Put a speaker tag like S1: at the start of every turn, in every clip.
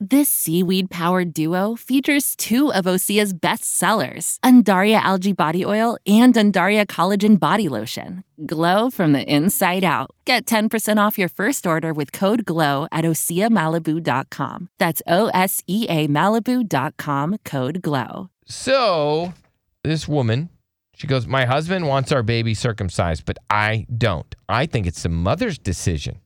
S1: This seaweed powered duo features two of Osea's best sellers, Undaria Algae Body Oil and Undaria Collagen Body Lotion. Glow from the inside out. Get 10% off your first order with code GLOW at OseaMalibu.com. That's O S E A Malibu.com code GLOW.
S2: So this woman, she goes, My husband wants our baby circumcised, but I don't. I think it's the mother's decision.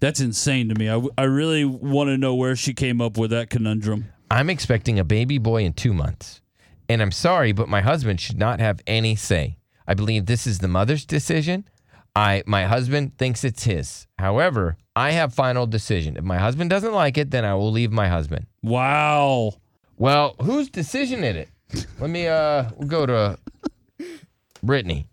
S3: That's insane to me. I, I really want to know where she came up with that conundrum.
S2: I'm expecting a baby boy in two months. And I'm sorry, but my husband should not have any say. I believe this is the mother's decision. I my husband thinks it's his. However, I have final decision. If my husband doesn't like it, then I will leave my husband.
S3: Wow.
S2: Well, whose decision is it? Let me uh we'll go to Brittany.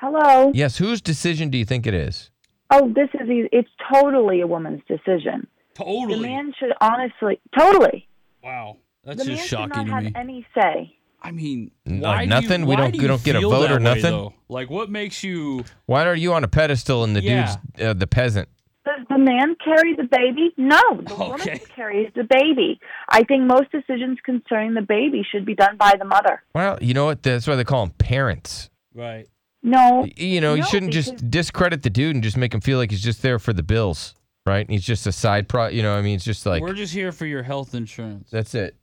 S4: Hello.
S2: Yes, whose decision do you think it is?
S4: Oh, this is easy. It's totally a woman's decision. The
S3: Totally.
S4: man should honestly, totally.
S3: Wow. That's
S4: the man
S3: just shocking
S4: should
S3: to
S4: not
S3: me.
S4: have any say.
S3: I mean,
S2: N-
S3: why
S2: like
S3: do you-
S2: Mm, nothing? We
S3: why
S2: don't-
S3: do
S2: we
S3: you
S2: don't get a
S3: feel
S2: vote
S3: that
S2: or
S3: way,
S2: nothing?
S3: though? Like, what makes you?
S2: Why are you on a pedestal and the
S3: Yeah.
S2: dude's uh, the peasant?
S4: Does the man carry the baby? No, the
S3: Okay.
S4: woman carries the baby. I think most decisions concerning the baby should be done by the mother.
S2: Well, you know what? That's why they call them parents.
S3: Right.
S4: No,
S2: Y- You know, you
S4: No,
S2: shouldn't just
S4: because-
S2: discredit the dude and just make him feel like he's just there for the bills, right? And he's just a side pro. You know, what I mean, it's just like
S3: We're just here for your health insurance.
S2: that's it.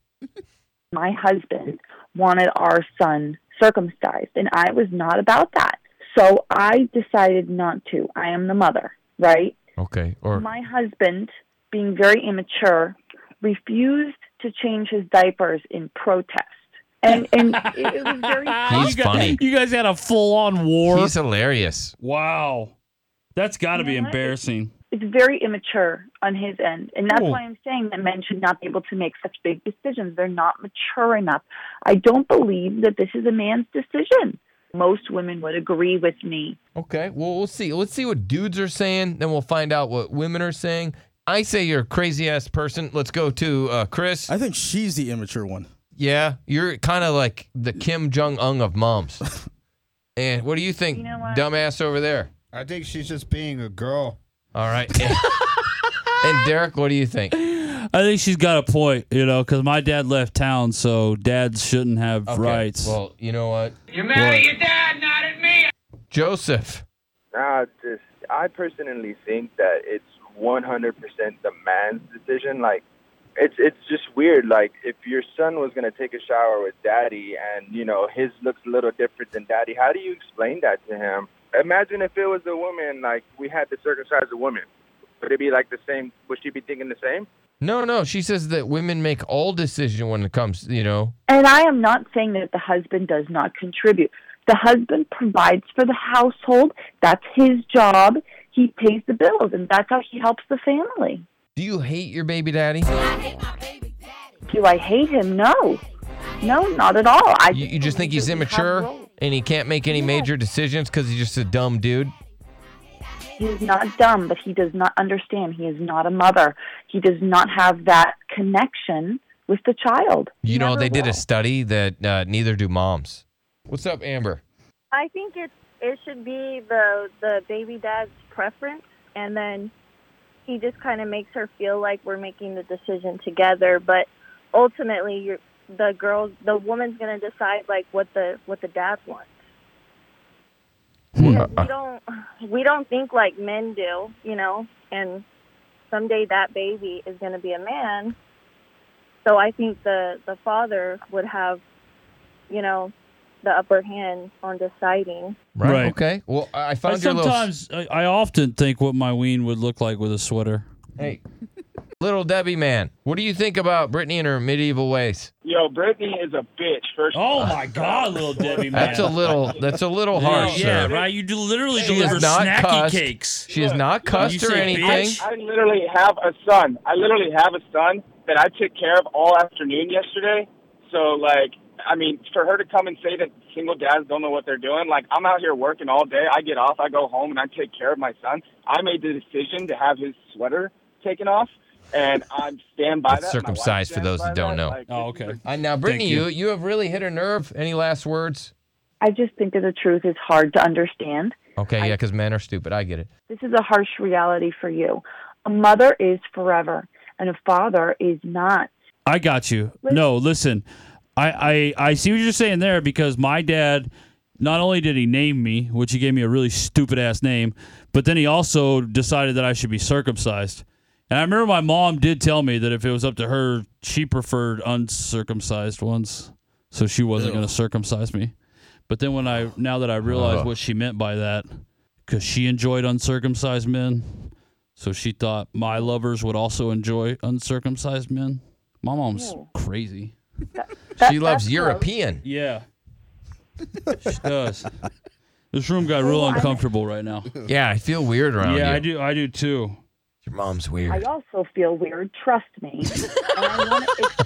S4: my husband wanted our son circumcised, and I was not about that. So I decided not to. I am the mother, right?
S2: Okay. Or
S4: My husband, being very immature, refused to change his diapers in protest. And, and it, it was very
S2: He's
S3: Ah, You guys-
S2: funny.
S3: You guys had a full-on war.
S2: he's hilarious.
S3: wow. That's got to be
S4: You know what?
S3: embarrassing.
S4: it's very immature on his end. And that's
S2: Oh.
S4: why I'm saying that men should not be able to make such big decisions. They're not mature enough. I don't believe that this is a man's decision. Most women would agree with me.
S2: Okay. Well, we'll see. Let's see what dudes are saying. Then we'll find out what women are saying. I say you're a crazy ass person. Let's go to uh, Chris.
S5: I think she's the immature one.
S2: yeah, you're kind of like the Kim Jong Un of moms. and what do you think,
S4: You know what?
S2: dumbass over there?
S6: I think she's just being a girl.
S2: All right. And, and Derek, what do you think?
S3: I think she's got a point, you know, because my dad left town, so dads shouldn't have
S2: Okay,
S3: rights.
S2: Well, you know what?
S7: You're mad at your dad, not at me.
S2: Joseph.
S8: Nah, just I personally think that it's 100% the man's decision. Like, it's it's just weird. Like, if your son was gonna take a shower with daddy, and you know his looks a little different than daddy, how do you explain that to him? Imagine if it was a woman. Like, we had to circumcise a woman. Would it be like the same? Would she be thinking the same?
S2: No, no. She says that women make all decision when it comes, you know.
S4: And I am not saying that the husband does not contribute. The husband provides for the household. That's his job. He pays the bills, and that's how he helps the family.
S2: Do you hate your baby daddy?
S4: Do I hate him? No. No, not at all. I
S2: You, you just think
S4: believe
S2: he's
S4: that we have
S2: immature
S4: roles.
S2: and he can't make any major decisions because he's just a dumb dude?
S4: He's not dumb, but he does not understand. He is not a mother. He does not have that connection with the child.
S2: You know,
S4: Never
S2: they did
S4: will.
S2: a study that uh, neither do moms. What's up, Amber?
S9: I think it it should be the the baby dad's preference, and then he just kind of makes her feel like we're making the decision together. But ultimately, you're, the girl, the woman's gonna decide like what the what the dad wants. Because we don't we don't think like men do, you know. And someday that baby is gonna be a man. So I think the the father would have, you know, the upper hand on deciding.
S2: Right.
S3: Right.
S2: Okay. Well, I I
S3: I
S2: found your little.
S3: sometimes I, I often think what my ween would look like with a sweater.
S2: Hey, little Debbie man, what do you think about Brittany and her medieval ways?
S8: Yo, Brittany is a bitch. First.
S3: Oh my God, little Debbie man.
S2: That's a little. That's a little harsh.
S3: Yeah,
S2: sir.
S3: right. You do literally
S2: She
S3: deliver
S2: is not
S3: snacky
S2: cussed.
S3: cakes.
S2: She has not cussed
S3: You
S2: or
S3: say
S2: anything.
S3: bitch.
S8: I literally have a son. I literally have a son that I took care of all afternoon yesterday. So, like, I mean, for her to come and say that single dads don't know what they're doing, like, I'm out here working all day. I get off, I go home, and I take care of my son. I made the decision to have his sweater taken off. and I stand by
S2: It's
S8: that. My wife
S2: circumcised for
S8: stands
S2: those
S8: by
S2: that don't know.
S8: Like,
S3: Oh,
S8: this is
S3: okay.
S8: a-
S2: And now, Brittany, you.
S3: you.
S2: you have really hit a nerve. Any last words?
S4: I just think that the truth is hard to understand.
S2: Okay, yeah, because men are stupid. I get it.
S4: This is a harsh reality for you. A mother is forever, and a father is not.
S3: I got you. No, listen, I, I I see what you're saying there because my dad, not only did he name me, which he gave me a really stupid ass name, but then he also decided that I should be circumcised. And I remember my mom did tell me that if it was up to her, she preferred uncircumcised ones, so she wasn't going to circumcise me. But then when I now that I realize
S2: Ugh.
S3: what she meant by that, because she enjoyed uncircumcised men, so she thought my lovers would also enjoy uncircumcised men. My mom's crazy.
S4: That-
S2: She loves
S4: that's
S2: European.
S3: Yeah. she does. This room got real uncomfortable right now.
S2: Yeah, I feel weird around
S3: Yeah,
S2: you.
S3: I do. I do too.
S2: Your mom's
S4: I
S2: weird.
S4: also feel weird. Trust me. and I want to